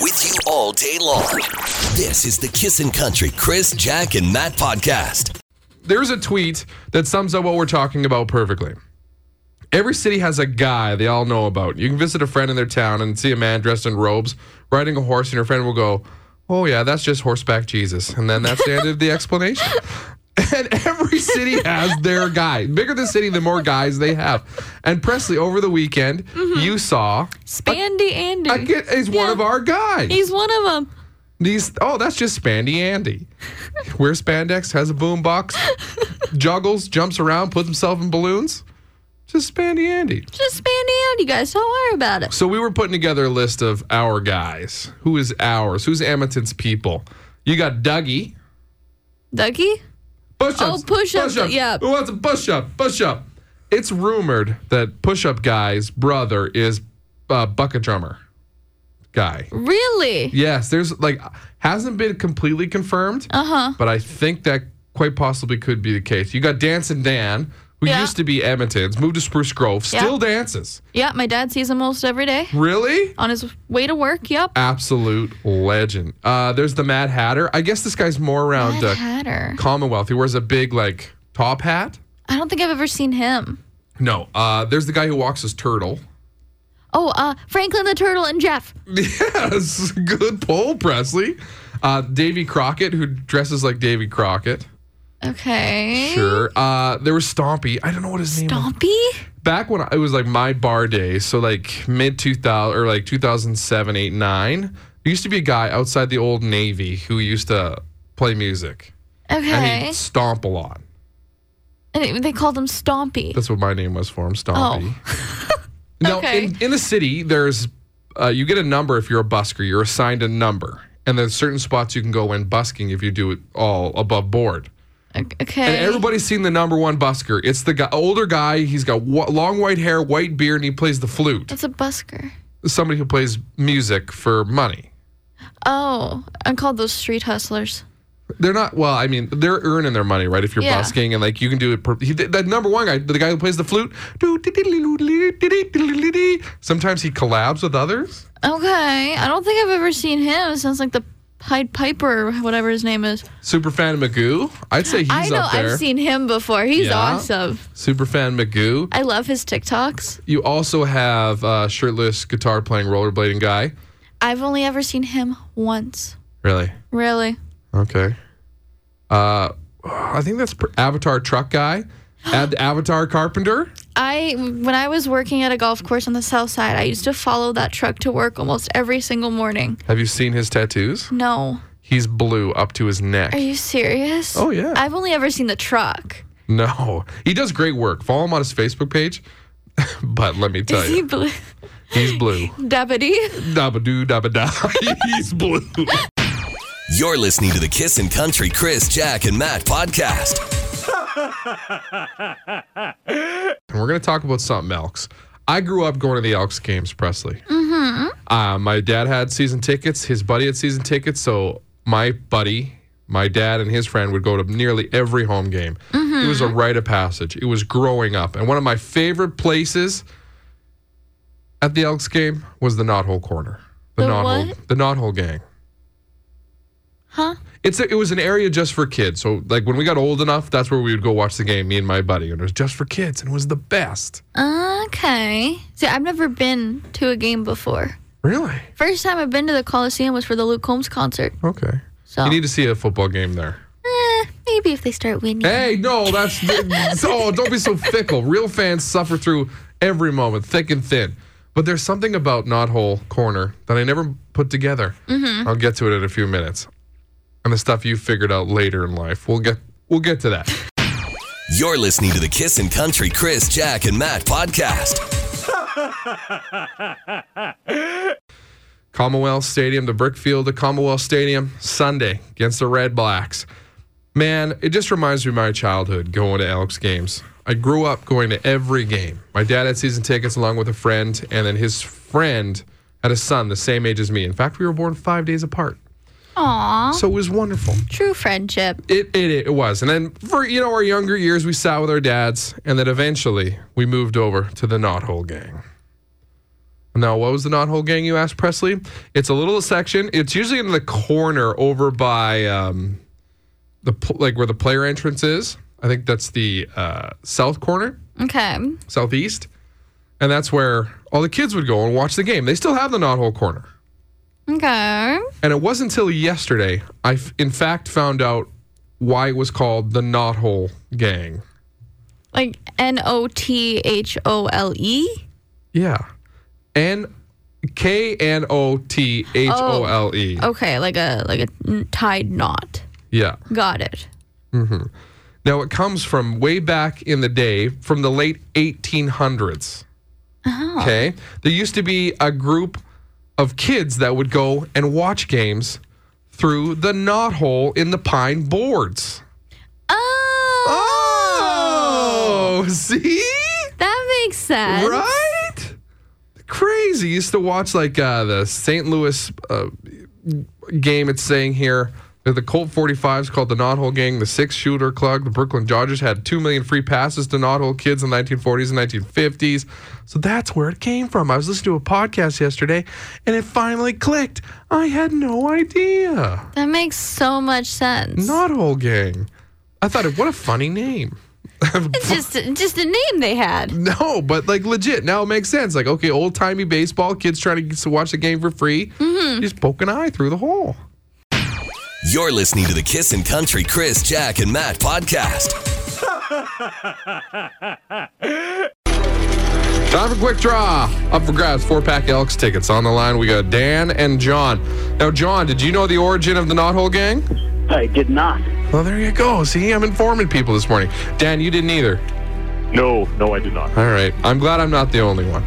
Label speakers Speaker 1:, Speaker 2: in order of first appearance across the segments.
Speaker 1: with you all day long. This is the Kissin' Country Chris, Jack, and Matt podcast.
Speaker 2: There's a tweet that sums up what we're talking about perfectly. Every city has a guy they all know about. You can visit a friend in their town and see a man dressed in robes riding a horse, and your friend will go, Oh, yeah, that's just horseback Jesus. And then that's the end of the explanation. And every city has their guy. Bigger the city, the more guys they have. And Presley, over the weekend, you saw
Speaker 3: Spandy Andy.
Speaker 2: I get, is one
Speaker 3: Mm-hmm. Yeah.
Speaker 2: of our guys.
Speaker 3: He's one of them.
Speaker 2: These oh, that's just Spandy Andy. Wears spandex, has a boom box, juggles, jumps around, puts himself in balloons. Just Spandy Andy.
Speaker 3: Just Spandy Andy, guys. Don't worry about it.
Speaker 2: So we were putting together a list of our guys. Who is ours? Who's Edmonton's people? You got Dougie.
Speaker 3: Dougie?
Speaker 2: Push ups.
Speaker 3: Oh, push-ups, yeah.
Speaker 2: Who wants a push up? Push up. It's rumored that push up guy's brother is uh, bucket drummer guy.
Speaker 3: Really?
Speaker 2: Yes, there's like hasn't been completely confirmed,
Speaker 3: Uh huh.
Speaker 2: but I think that quite possibly could be the case. You got Dancing Dan, who
Speaker 3: Yeah.
Speaker 2: used to be Edmonton's, moved to Spruce Grove,
Speaker 3: Yeah.
Speaker 2: still dances.
Speaker 3: Yeah, my dad sees him almost every day
Speaker 2: Really?
Speaker 3: on his way to work. Yep.
Speaker 2: Absolute legend. Uh, there's the Mad Hatter. I guess this guy's more around
Speaker 3: Mad
Speaker 2: uh,
Speaker 3: Hatter.
Speaker 2: Commonwealth. He wears a big like top hat.
Speaker 3: I don't think I've ever seen him.
Speaker 2: No, uh, there's the guy who walks his turtle.
Speaker 3: Oh, uh, Franklin the Turtle and Jeff.
Speaker 2: Yes, good poll, Presley. Uh, Davy Crockett, who dresses like Davy Crockett.
Speaker 3: Okay.
Speaker 2: Sure. Uh, there was Stompy. I don't know what his name was.
Speaker 3: Dompy?
Speaker 2: back when I- it was like my bar days, so like mid 2000 or like 2007, 8, 9, there used to be a guy outside the old Navy who used to play music and
Speaker 3: Okay.
Speaker 2: he'd stomp a lot.
Speaker 3: And it- they called him Stompy.
Speaker 2: That's what my name was for him, Stompy. now,
Speaker 3: Oh. Okay.
Speaker 2: in, in the city, there's uh, you get a number if you're a busker, you're assigned a number. And there's certain spots you can go in busking if you do it all above board.
Speaker 3: Okay.
Speaker 2: And everybody's seen the number one busker. It's the guy, older guy. He's got wh- long white hair, white beard, and he plays the flute.
Speaker 3: That's a busker.
Speaker 2: somebody who plays music for money.
Speaker 3: Oh, I called those street hustlers.
Speaker 2: They're not well. I mean, they're earning their money, right? If you're
Speaker 3: Yeah.
Speaker 2: busking and like you can do it. Per, he, that number one guy, the guy who plays the flute, doo, dee, dee, dee, doo, dee, dee, dee, dee, dee, dee. sometimes he collabs with others.
Speaker 3: Okay. I don't think I've ever seen him. Sounds like the Pied Piper or whatever his name is.
Speaker 2: Superfan Magoo, I'd say he's
Speaker 3: I know
Speaker 2: up there.
Speaker 3: I've seen him before. He's
Speaker 2: Yeah.
Speaker 3: awesome.
Speaker 2: Superfan Magoo.
Speaker 3: I love his TikToks.
Speaker 2: You also have uh, shirtless guitar playing rollerblading guy.
Speaker 3: I've only ever seen him once.
Speaker 2: Really?
Speaker 3: Really?
Speaker 2: Okay. Uh, I think that's pr- Avatar truck guy, Ad- Avatar carpenter.
Speaker 3: I when I was working at a golf course on the south side, I used to follow that truck to work almost every single morning.
Speaker 2: Have you seen his tattoos?
Speaker 3: No.
Speaker 2: He's blue up to his neck.
Speaker 3: Are you serious?
Speaker 2: Oh, yeah.
Speaker 3: I've only ever seen the truck.
Speaker 2: no, he does great work. Follow him on his Facebook page. but let me tell
Speaker 3: Is he
Speaker 2: you,
Speaker 3: blue?
Speaker 2: he's blue.
Speaker 3: Deputy?
Speaker 2: Dabba doo, dabba da. he's blue.
Speaker 1: You're listening to the Kissin' Country Chris, Jack, and Matt podcast.
Speaker 2: And we're gonna talk about something Elks. I grew up going to the Elks games, Presley. Mm-hmm. Uh, my dad had season tickets. His buddy had season tickets. So my buddy, my dad, and his friend would go to nearly every home game. It
Speaker 3: Mm-hmm.
Speaker 2: was a rite of passage. It was growing up, and one of my favorite places at the Elks game was the Knot Hole Corner.
Speaker 3: The
Speaker 2: Knot Hole,
Speaker 3: what?
Speaker 2: the Knot Hole Gang.
Speaker 3: Huh?
Speaker 2: It's a, it was an area just for kids. So like when we got old enough, that's where we would go watch the game. Me and my buddy, and it was just for kids, and it was the best.
Speaker 3: Okay. See, I've never been to a game before.
Speaker 2: Really?
Speaker 3: First time I've been to the Coliseum was for the Luke Combs concert.
Speaker 2: Okay.
Speaker 3: So
Speaker 2: You need to see a football game there.
Speaker 3: eh, maybe if they start winning.
Speaker 2: Hey, no, that's oh, don't be so fickle. Real fans suffer through every moment, thick and thin. But there's something about Knot Hole Corner that I never put together. I'll get to it in a few minutes, and the stuff you figured out later in life. We'll get we'll get to that.
Speaker 1: You're listening to the Kissin' Country Chris, Jack, and Matt podcast.
Speaker 2: Commonwealth Stadium, the Brickfield at Commonwealth Stadium, Sunday against the Red Blacks. Man, it just reminds me of my childhood going to Elks games. I grew up going to every game. My dad had season tickets along with a friend, and then his friend had a son the same age as me. In fact, we were born five days apart.
Speaker 3: Aw.
Speaker 2: So it was wonderful.
Speaker 3: True friendship.
Speaker 2: It, it, it was. And then for, you know, our younger years, we sat with our dads, and then eventually we moved over to the Knot Hole Gang. Now, what was the knot hole gang you asked, Presley? It's a little section. It's usually in the corner over by um, the pl- like where the player entrance is. I think that's the uh, south corner,
Speaker 3: Okay.
Speaker 2: southeast, and that's where all the kids would go and watch the game. They still have the knot hole corner,
Speaker 3: Okay.
Speaker 2: and it wasn't until yesterday I, f- in fact, found out why it was called the knot hole gang.
Speaker 3: Like N O T H O L E.
Speaker 2: Yeah, N K N O T H O L E.
Speaker 3: Okay, like a like a n- tied knot.
Speaker 2: Yeah.
Speaker 3: Got it.
Speaker 2: Now, it comes from way back in the day, from the late 1800s. Okay. There used to be a group of kids that would go and watch games through the knot hole in the pine boards.
Speaker 3: Oh,
Speaker 2: Oh, see?
Speaker 3: that makes sense.
Speaker 2: Right? Crazy. Used to watch like uh, the St. Louis uh, game, it's saying here. The Colt 45s called the Knot Hole Gang, the Six Shooter Club, the Brooklyn Dodgers had 2 million free passes to Knot Hole kids in the 1940s and 1950s. So that's where it came from. I was listening to a podcast yesterday and it finally clicked. I had no idea.
Speaker 3: That makes so much sense.
Speaker 2: Knot Hole Gang. I thought, what a funny name.
Speaker 3: It's just just a name they had.
Speaker 2: No, but like legit. Now it makes sense. Like, okay, old timey baseball, kids trying to get to watch the game for free. You Just poke an eye through the hole.
Speaker 1: You're listening to the Kissin' Country Chris, Jack, and Matt podcast.
Speaker 2: Time for quick draw. Up for grabs, four pack Elks tickets. On the line, we got Dan and John. Now, John, did you know the origin of the Knot Hole Gang?
Speaker 4: I did not.
Speaker 2: Well, there you go. See, I'm informing people this morning. Dan, you didn't either.
Speaker 5: No, no, I did not.
Speaker 2: All right. I'm glad I'm not the only one.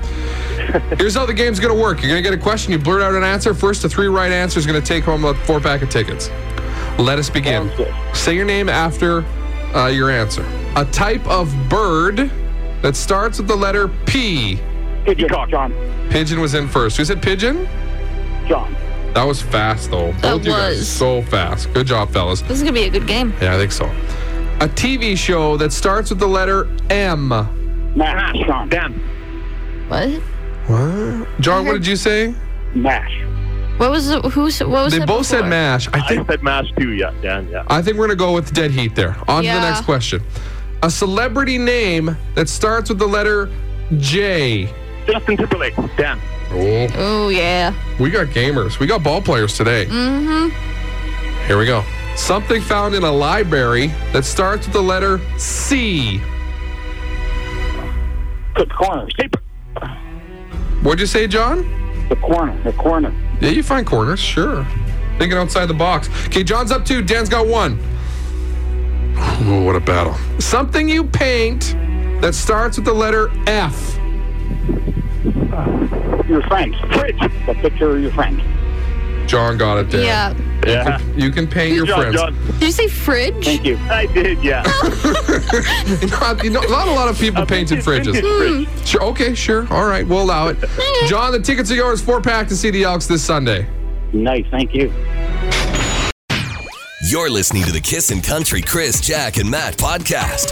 Speaker 2: Here's how the game's going to work. You're going to get a question, you blurt out an answer. First to three right answers going to take home a four pack of tickets. Let us begin.
Speaker 4: Sounds good.
Speaker 2: Say your name after uh, your answer. A type of bird that starts with the letter P.
Speaker 4: Pigeon.
Speaker 5: Peacock.
Speaker 4: John.
Speaker 2: Pigeon was in first. Who said pigeon?
Speaker 4: John.
Speaker 2: That was fast, though. Both
Speaker 3: That
Speaker 2: you guys
Speaker 3: was.
Speaker 2: so fast. Good job, fellas.
Speaker 3: This is gonna be a good game.
Speaker 2: Yeah, I think so. A TV show that starts with the letter M.
Speaker 4: Mash. John.
Speaker 5: Dan.
Speaker 3: What?
Speaker 2: What? John, what did you say?
Speaker 4: Mash.
Speaker 3: What was the, who? s- What was
Speaker 2: They
Speaker 3: said
Speaker 2: both said
Speaker 3: before?
Speaker 2: mash. I
Speaker 5: I
Speaker 2: think
Speaker 5: said mass too. Yeah, Dan. Yeah.
Speaker 2: I think we're gonna go with dead heat there. On to the
Speaker 3: Yeah.
Speaker 2: next question. A celebrity name that starts with the letter J.
Speaker 5: Justin Timberlake. Dan.
Speaker 2: Oh,
Speaker 3: Oh yeah.
Speaker 2: we got gamers. We got ball players today. Mm-hmm. Here we go. Something found in a library that starts with the letter C.
Speaker 4: The corner. Paper.
Speaker 2: What'd you say, John?
Speaker 4: The corner. The corner.
Speaker 2: Yeah, you find corners, sure. Thinking outside the box. Okay, John's up two. Dan's got one. Ooh, what a battle. Something you paint that starts with the letter F.
Speaker 4: Your friend. Fridge. The picture of your friend.
Speaker 2: John got it there.
Speaker 3: Yeah.
Speaker 5: Yeah.
Speaker 2: You can paint your
Speaker 5: Good job,
Speaker 2: friends.
Speaker 5: John.
Speaker 3: Did you say fridge?
Speaker 4: Thank you.
Speaker 5: I did. Yeah.
Speaker 2: Not, you know, not a lot of people painted fridges.
Speaker 5: Vintage fridge.
Speaker 2: Sure, okay, sure. All right, we'll allow it. John, the tickets are yours. Four pack to see the Elks this Sunday.
Speaker 4: Nice. Thank you.
Speaker 1: You're listening to the Kissin' Country Chris, Jack, and Matt podcast.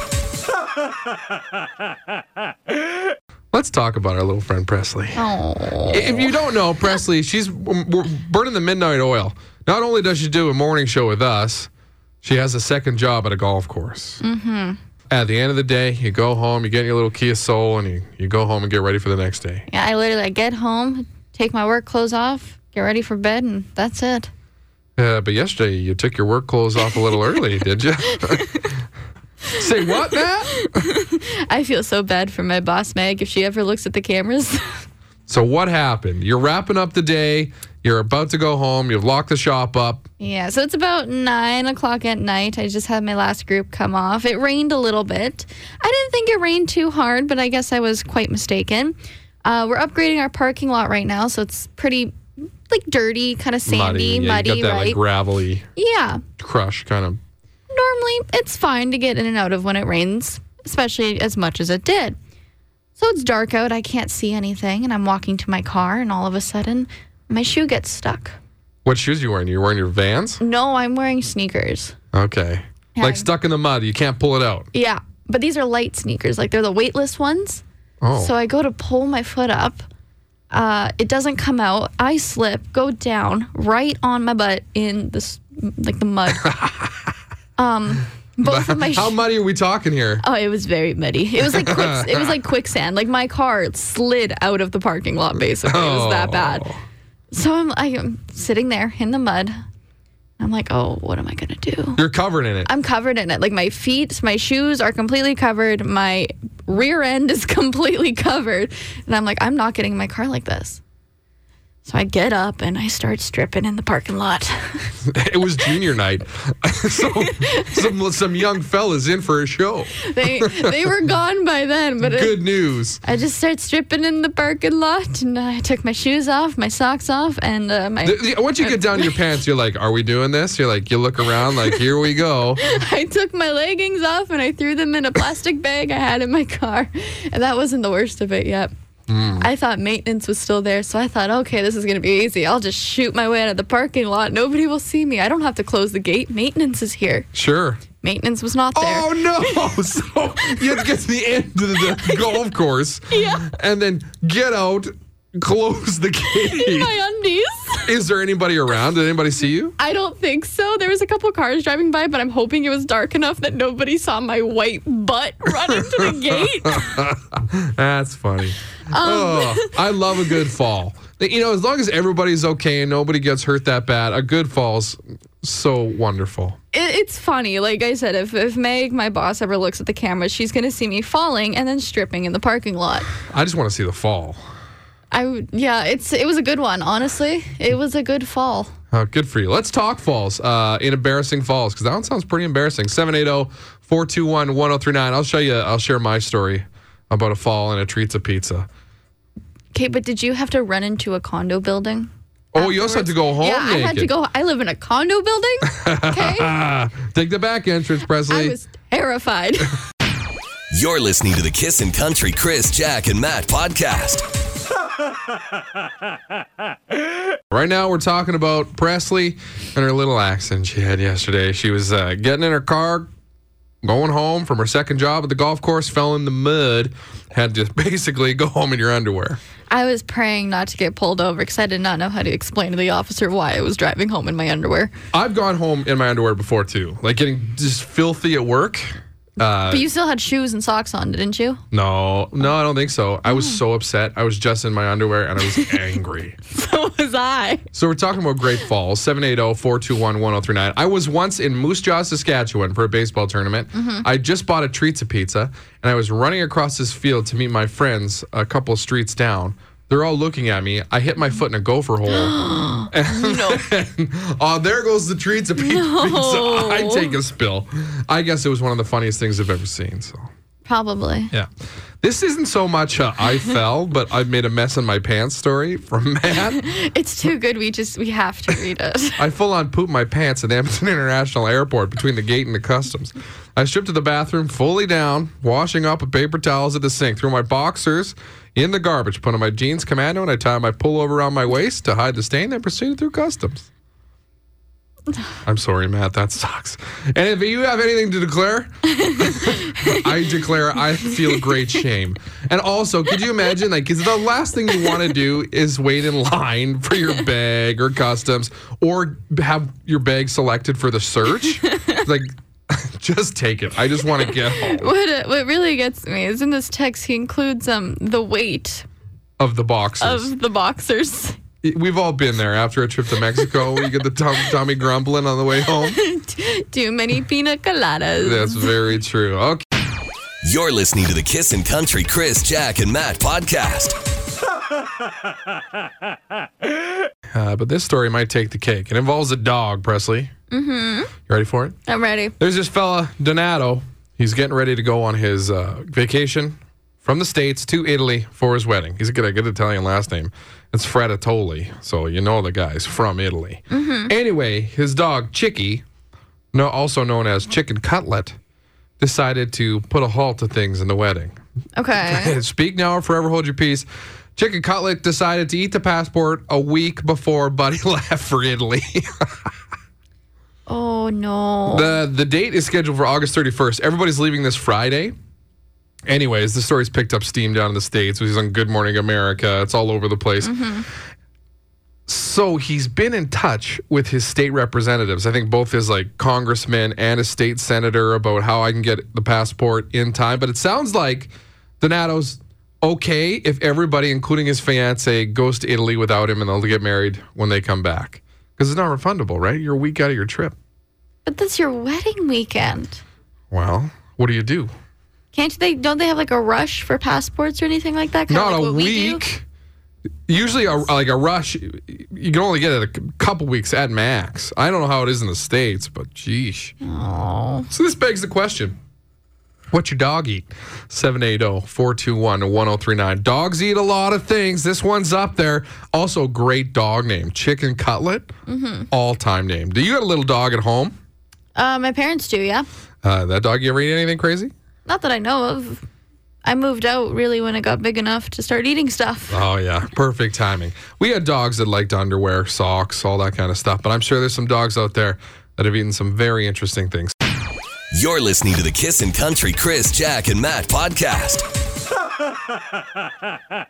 Speaker 2: Let's talk about our little friend Presley.
Speaker 3: Oh.
Speaker 2: If you don't know Presley, she's w- w- burning the midnight oil. Not only does she do a morning show with us, she has a second job at a golf course. Mm-hmm. At the end of the day, you go home, you get in your little Kia Soul, and you, you go home and get ready for the next day.
Speaker 3: Yeah. I literally I get home, take my work clothes off, get ready for bed, and that's it.
Speaker 2: Uh, but yesterday you took your work clothes off a little early, did you? Say what, Matt?
Speaker 3: I feel so bad for my boss Meg if she ever looks at the cameras.
Speaker 2: So what happened? You're wrapping up the day. You're about to go home. You've locked the shop up.
Speaker 3: yeah. So it's about nine o'clock at night. I just had my last group come off. It rained a little bit. I didn't think it rained too hard, but I guess I was quite mistaken. Uh, we're upgrading our parking lot right now, so it's pretty like dirty, kind of sandy,
Speaker 2: muddy
Speaker 3: muddy,
Speaker 2: yeah, you got that
Speaker 3: right?
Speaker 2: like gravelly
Speaker 3: yeah.
Speaker 2: crush kind of.
Speaker 3: normally it's fine to get in and out of when it rains, especially as much as it did. So it's dark out, I can't see anything, and I'm walking to my car, and all of a sudden, my shoe gets stuck.
Speaker 2: What shoes you wearing? You're wearing your Vans.
Speaker 3: No, I'm wearing sneakers.
Speaker 2: Okay.
Speaker 3: Yeah.
Speaker 2: Like stuck in the mud. You can't pull it out.
Speaker 3: Yeah, but these are light sneakers, like they're the weightless ones.
Speaker 2: Oh.
Speaker 3: So I go to pull my foot up, Uh, it doesn't come out. I slip, go down right on my butt in this like the mud. um, both of my
Speaker 2: How
Speaker 3: sh-
Speaker 2: muddy are we talking here?
Speaker 3: oh, it was very muddy. It was like quicks- it was like quicksand. Like my car slid out of the parking lot. Basically, it was that bad.
Speaker 2: Oh.
Speaker 3: So I'm I'm sitting there in the mud. I'm like, oh, what am I gonna do?
Speaker 2: You're covered in it.
Speaker 3: I'm covered in it. Like my feet, my shoes are completely covered. My rear end is completely covered. And I'm like, I'm not getting in my car like this. So I get up and I start stripping in the parking lot.
Speaker 2: it was junior night. so some some young fella's in for a show.
Speaker 3: they they were gone by then, but it,
Speaker 2: Good news.
Speaker 3: I just started stripping in the parking lot and I took my shoes off, my socks off, and uh, my
Speaker 2: The- the- Once you get down to your pants, you're like, "Are we doing this?" You're like, you look around, like, "Here we go."
Speaker 3: I took my leggings off and I threw them in a plastic bag I had in my car. And that wasn't the worst of it yet. I thought maintenance was still there, so I thought, okay, this is going to be easy. I'll just shoot my way out of the parking lot. Nobody will see me. I don't have to close the gate. Maintenance is here.
Speaker 2: Sure.
Speaker 3: Maintenance was not there.
Speaker 2: Oh no! So you have to get to the end of the golf course,
Speaker 3: Yeah.
Speaker 2: and then get out, close the
Speaker 3: In
Speaker 2: gate.
Speaker 3: my undies?
Speaker 2: Is there anybody around? Did anybody see you?
Speaker 3: I don't think so. There was a couple cars driving by, but I'm hoping it was dark enough that nobody saw my white butt run into the gate.
Speaker 2: That's funny.
Speaker 3: Um,
Speaker 2: oh, I love a good fall. You know, as long as everybody's okay and nobody gets hurt that bad, a good fall's so wonderful.
Speaker 3: it, it's funny. Like I said, if, if Meg, my boss, ever looks at the camera, she's going to see me falling and then stripping in the parking lot.
Speaker 2: I just want to see the fall.
Speaker 3: I would- yeah, it's it was a good one. Honestly, it was a good fall.
Speaker 2: Oh, good for you. Let's talk falls uh, in embarrassing falls because that one sounds pretty embarrassing. oh, 780-421-1039. I'll show you. I'll share my story about a fall and a treats pizza.
Speaker 3: Okay, but did you have to run into a condo building?
Speaker 2: Oh, you also had to go home.
Speaker 3: yeah, I had to
Speaker 2: naked.
Speaker 3: go. I live in a condo building. Okay,
Speaker 2: Ah, take the back entrance, Presley.
Speaker 3: I was terrified.
Speaker 1: You're listening to the Kissin' Country Chris, Jack, and Matt podcast.
Speaker 2: Right now, we're talking about Presley and her little accident she had yesterday. She was uh, getting in her car, going home from her second job at the golf course, fell in the mud, had to basically go home in your underwear.
Speaker 3: I was praying not to get pulled over because I did not know how to explain to the officer why I was driving home in my underwear.
Speaker 2: I've gone home in my underwear before too, like getting just filthy at work. Uh,
Speaker 3: But you still had shoes and socks on, didn't you?
Speaker 2: no, no, I don't think so. I was so upset. I was just in my underwear and I was angry.
Speaker 3: So was I.
Speaker 2: So we're talking about Great Falls, oh, 780-421-1039. I was once in Moose Jaw, Saskatchewan for a baseball tournament. I just bought a treats pizza and I was running across this field to meet my friends a couple streets down. They're all looking at me. I hit my foot in a gopher hole. and oh, there goes the treats pizza.
Speaker 3: No.
Speaker 2: I take a spill. I guess it was one of the funniest things I've ever seen. So
Speaker 3: Probably.
Speaker 2: yeah. This isn't so much a I fell, but I made a mess in my pants story from Matt.
Speaker 3: It's too good. We just we have to read it.
Speaker 2: I full on pooped my pants at Edmonton International Airport between the gate and the customs. I stripped to the bathroom fully down, washing up with paper towels at the sink, threw my boxers in the garbage, put on my jeans commando, and I tied my pullover around my waist to hide the stain, then proceeded through customs. I'm sorry, Matt, that sucks. And if you have anything to declare, I declare I feel great shame. And also, could you imagine, like, is the last thing you want to do is wait in line for your bag or customs or have your bag selected for the search? like, just take it. I just want to get home
Speaker 3: What uh, what really gets me is in this text he includes um the weight
Speaker 2: of the boxes.
Speaker 3: of the boxers.
Speaker 2: We've all been there after a trip to Mexico. We get the tum- tummy grumbling on the way home.
Speaker 3: Too many pina coladas.
Speaker 2: That's very true. Okay.
Speaker 1: You're listening to the Kissin' Country Chris, Jack, and Matt podcast.
Speaker 2: Uh, but this story might take the cake. It involves a dog, Presley. Mm-hmm. You ready for it?
Speaker 3: I'm ready.
Speaker 2: There's this fella, Donato. He's getting ready to go on his uh, vacation from the States to Italy for his wedding. He's got a good Italian last name. It's Fratatoli, so you know the guy's from Italy. Anyway, his dog, Chicky, no, also known as Chicken Cutlet, decided to put a halt to things in the wedding.
Speaker 3: Okay.
Speaker 2: Speak now or forever hold your peace. Chicken Cutlet decided to eat the passport a week before Buddy left for Italy.
Speaker 3: oh no. Oh,
Speaker 2: The the date is scheduled for August 31st. Everybody's leaving this Friday. Anyways, the story's picked up steam down in the States. He's on Good Morning America. It's all over the place. So he's been in touch with his state representatives. I think both his like congressman and a state senator about how I can get the passport in time. But it sounds like Donato's okay if everybody, including his fiance, goes to Italy without him and they'll get married when they come back. Because it's not refundable, right? You're a week out of your trip.
Speaker 3: But that's your wedding weekend.
Speaker 2: Well, what do you do?
Speaker 3: Can't they? Don't they have like a rush for passports or anything like that? Kinda
Speaker 2: not
Speaker 3: like
Speaker 2: a
Speaker 3: what we do?
Speaker 2: week. Usually, a, like a rush, you can only get it a c- couple weeks at max. I don't know how it is in the states, but geesh. So this begs the question: What's your dog eat? oh, 780-421-1039. Dogs eat a lot of things. This one's up there. Also, great dog name, Chicken Cutlet,
Speaker 3: Mm-hmm.
Speaker 2: all-time name. Do you got a little dog at home?
Speaker 3: Uh, my parents do, yeah.
Speaker 2: Uh, that dog, you ever eat anything crazy?
Speaker 3: Not that I know of. I moved out really when I got big enough to start eating stuff.
Speaker 2: Oh yeah, perfect timing. We had dogs that liked underwear, socks, all that kind of stuff. But I'm sure there's some dogs out there that have eaten some very interesting things.
Speaker 1: You're listening to the Kissin' Country Chris, Jack, and Matt podcast.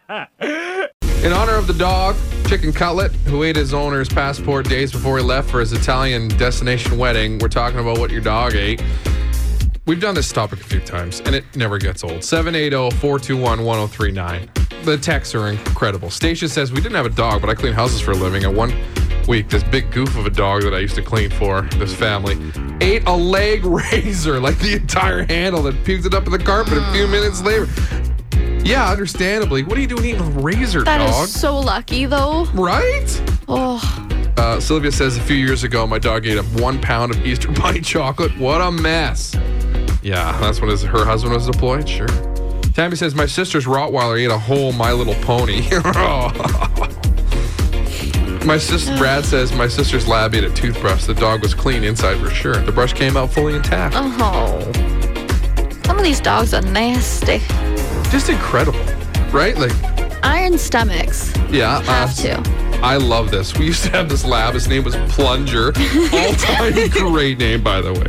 Speaker 2: In honor of the dog, Chicken Cutlet, who ate his owner's passport days before he left for his Italian destination wedding, we're talking about what your dog ate. We've done this topic a few times and it never gets old. oh, 780 421 1039. The texts are incredible. Stacia says, We didn't have a dog, but I clean houses for a living. And one week, this big goof of a dog that I used to clean for this family ate a leg razor, like the entire handle, that puked it up in the carpet a few minutes later. Yeah, understandably. What are you doing eating a razor,
Speaker 3: That is
Speaker 2: dog?
Speaker 3: so lucky, though.
Speaker 2: Right?
Speaker 3: Oh,
Speaker 2: Uh, Sylvia says a few years ago, my dog ate up one pound of Easter Bunny chocolate. What a mess. Yeah, that's when his, her husband was deployed. Sure. Tammy says, my sister's Rottweiler ate a whole My Little Pony. my sister, Brad says, my sister's lab ate a toothbrush. The dog was clean inside for sure. The brush came out fully intact.
Speaker 3: oh. Some of these dogs are nasty.
Speaker 2: Just incredible, right? Like,
Speaker 3: Iron stomachs.
Speaker 2: yeah. uh,
Speaker 3: Have to.
Speaker 2: I love this. We used to have this lab. His name was Plunger. All time great name, by the way.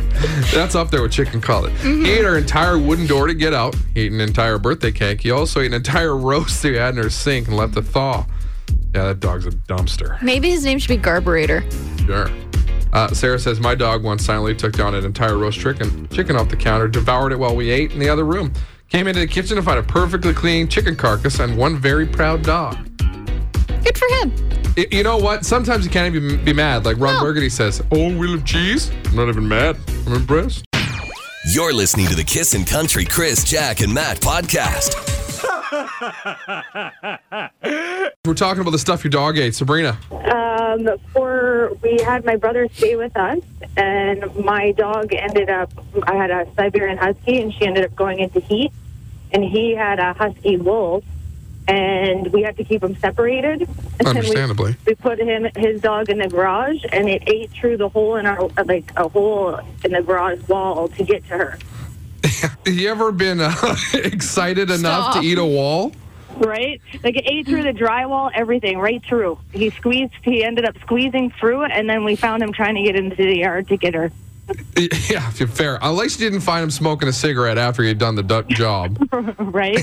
Speaker 2: That's up there with Chicken Cutlet.
Speaker 3: Mm-hmm.
Speaker 2: He ate our entire wooden door to get out. He ate an entire birthday cake. He also ate an entire roast that we had in our sink and left to thaw. Yeah, that dog's a dumpster.
Speaker 3: Maybe his name should be Garburator.
Speaker 2: Sure. Uh, Sarah says my dog once silently took down an entire roast chicken chicken off the counter, devoured it while we ate in the other room. Came into the kitchen to find a perfectly clean chicken carcass and one very proud dog.
Speaker 3: Good for him.
Speaker 2: Y- You know what? Sometimes you can't even be mad. Like Ron
Speaker 3: No.
Speaker 2: Burgundy says, "Oh, we love cheese." I'm not even mad. I'm impressed.
Speaker 1: You're listening to the Kissin' Country Chris, Jack, and Matt podcast.
Speaker 2: We're talking about the stuff your dog ate, Sabrina.
Speaker 6: Um, for we had my brother stay with us, and my dog ended up. I had a Siberian Husky, and she ended up going into heat, and he had a Husky Wolf, and we had to keep them separated. And then
Speaker 2: Understandably.
Speaker 6: we, we put him his dog in the garage, and it ate through the hole in our like a hole in the garage wall to get to her.
Speaker 2: Have you ever been uh, excited enough
Speaker 3: Stop.
Speaker 2: to eat a wall?
Speaker 6: Right? Like it ate through the drywall, everything, right through. He squeezed. He ended up squeezing through, and then we found him trying to get into the yard to get her.
Speaker 2: Yeah, if you're fair. Unless you didn't find him smoking a cigarette after you'd done the duck job.
Speaker 6: Right.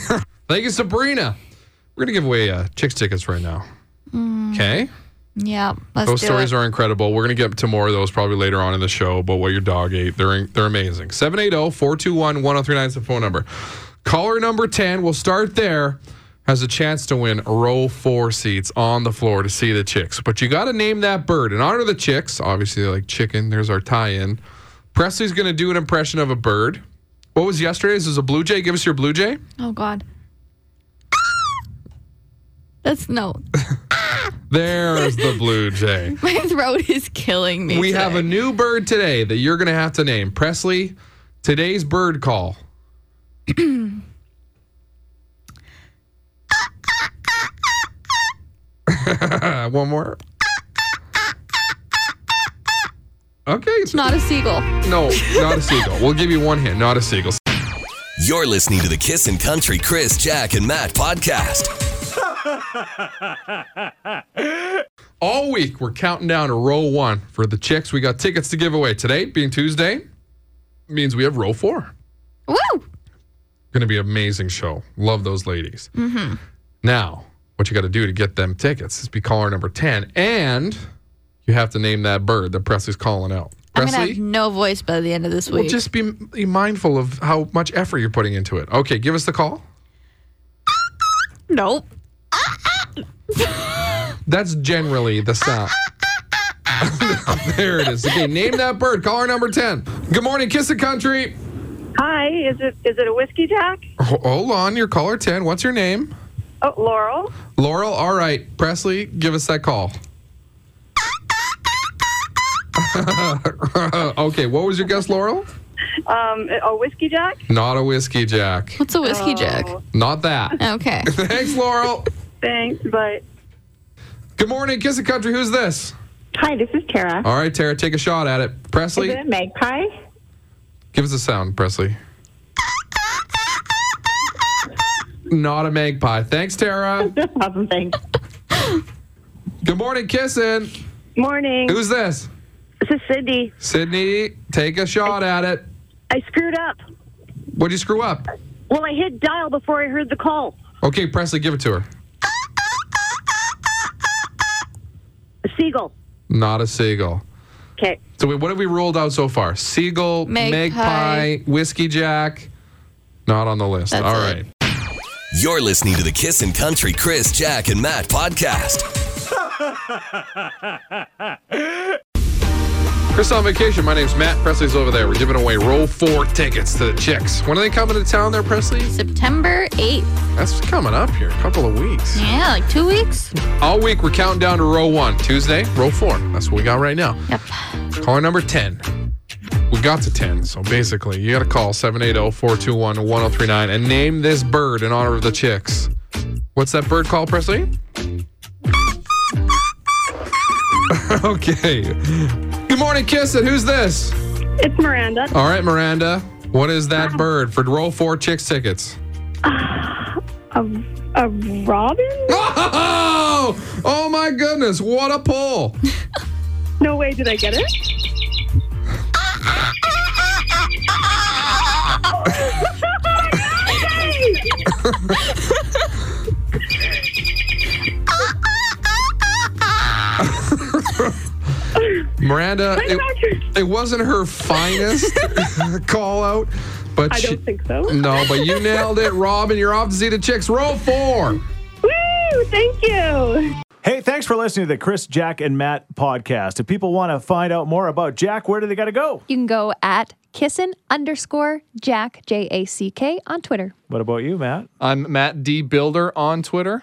Speaker 2: Thank you, Sabrina. We're gonna give away uh, chicks tickets right now.
Speaker 3: Hmm.
Speaker 2: Okay.
Speaker 3: Yeah, let's
Speaker 2: Those
Speaker 3: do
Speaker 2: stories
Speaker 3: it.
Speaker 2: are incredible. We're going to get to more of those probably later on in the show about what your dog ate. They're, they're amazing. oh, 780 421 1039 is the phone number. Caller number 10, we'll start there, has a chance to win row four seats on the floor to see the chicks. But you got to name that bird. In honor of the chicks, obviously, they like chicken. There's our tie in. Presley's going to do an impression of a bird. What was yesterday's? It was a blue jay. Give us your blue jay.
Speaker 3: oh God. Ah! That's no.
Speaker 2: There's the blue jay.
Speaker 3: My throat is killing me.
Speaker 2: We have a
Speaker 3: today.
Speaker 2: new bird today that you're going to have to name. Presley, today's bird call. One more. Okay.
Speaker 3: It's not a seagull.
Speaker 2: no, not a seagull. We'll give you one hint. Not a seagull.
Speaker 1: You're listening to the Kissin' Country Chris, Jack, and Matt podcast.
Speaker 2: All week, we're counting down to row one for the chicks. We got tickets to give away. Today, being Tuesday, means we have row four.
Speaker 3: Woo!
Speaker 2: Going to be an amazing show. Love those ladies. Mm-hmm. Now, what you got to do to get them tickets is be caller number 10. And you have to name that bird that Presley's calling out.
Speaker 3: I'm gonna
Speaker 2: Presley?
Speaker 3: have no voice by the end of this
Speaker 2: Well,
Speaker 3: week.
Speaker 2: just be, be mindful of how much effort you're putting into it. Okay, give us the call.
Speaker 3: nope.
Speaker 2: That's generally the sound. there it is. Okay, name that bird. Caller number 10. Good morning, Kiss the Country.
Speaker 6: Hi, is it is it a whiskey jack?
Speaker 2: Ho- Hold on, you're caller 10. What's your name?
Speaker 6: Oh, Laurel.
Speaker 2: Laurel, all right. Presley, give us that call. okay, what was your guess, Laurel?
Speaker 6: Um, a whiskey jack.
Speaker 2: Not a whiskey jack.
Speaker 3: What's a whiskey jack?
Speaker 6: Oh,
Speaker 2: Not that.
Speaker 3: Okay.
Speaker 2: Thanks, Laurel.
Speaker 6: thanks, but
Speaker 2: Good morning, Kiss the Country. Who's this?
Speaker 7: Hi, this is Tara.
Speaker 2: All right, Tara, take a shot at it.
Speaker 7: Is
Speaker 2: Presley,
Speaker 7: it a magpie?
Speaker 2: give us a sound, Presley. Not a magpie. Thanks, Tara.
Speaker 7: No problem, thanks.
Speaker 2: Good morning, Kissin.
Speaker 6: morning.
Speaker 2: Who's this?
Speaker 6: This is Cindy.
Speaker 2: Sydney, take a shot at it.
Speaker 6: I screwed up.
Speaker 2: What'd you screw up?
Speaker 6: Well, I hit dial before I heard the call.
Speaker 2: Okay, Presley, give it to her.
Speaker 6: A seagull.
Speaker 2: Not a seagull.
Speaker 6: Okay.
Speaker 2: So wait, what have we ruled out so far? Seagull, magpie,
Speaker 3: Magpie.
Speaker 2: whiskey jack. Not on the list.
Speaker 3: That's
Speaker 2: All
Speaker 3: it.
Speaker 2: right.
Speaker 1: You're listening to the Kissin' Country Chris, Jack, and Matt podcast.
Speaker 2: Chris on vacation. My name's Matt. Presley's over there. We're giving away roll four tickets to the chicks. When are they coming to town there, Presley?
Speaker 3: September 8th.
Speaker 2: That's coming up here, a couple of weeks.
Speaker 3: Yeah, like two weeks.
Speaker 2: All week we're counting down to row one. Tuesday, row four. That's what we got right now.
Speaker 3: Yep.
Speaker 2: Caller number 10. We got to 10. So basically, you got to call oh, 780 421 1039 and name this bird in honor of the chicks. What's that bird called, Presley? okay. Good morning, Kiss It. Who's this?
Speaker 6: It's Miranda.
Speaker 2: All right, Miranda. What is that bird for roll four chicks tickets?
Speaker 6: A robin?
Speaker 2: Oh, oh my goodness. What a pull.
Speaker 6: No way did I get it.
Speaker 2: Miranda, it, it wasn't her finest call out, but
Speaker 6: I
Speaker 2: she,
Speaker 6: don't think so.
Speaker 2: No, but you nailed it, Robin. You're off to see the chicks. Roll four.
Speaker 6: Woo! Thank you.
Speaker 8: Hey, thanks for listening to the Chris, Jack, and Matt podcast. If people want to find out more about Jack, where do they got to go?
Speaker 9: You can go at kissin underscore jack, J A C K, on Twitter.
Speaker 8: What about you, Matt?
Speaker 10: I'm Matt D Builder on Twitter.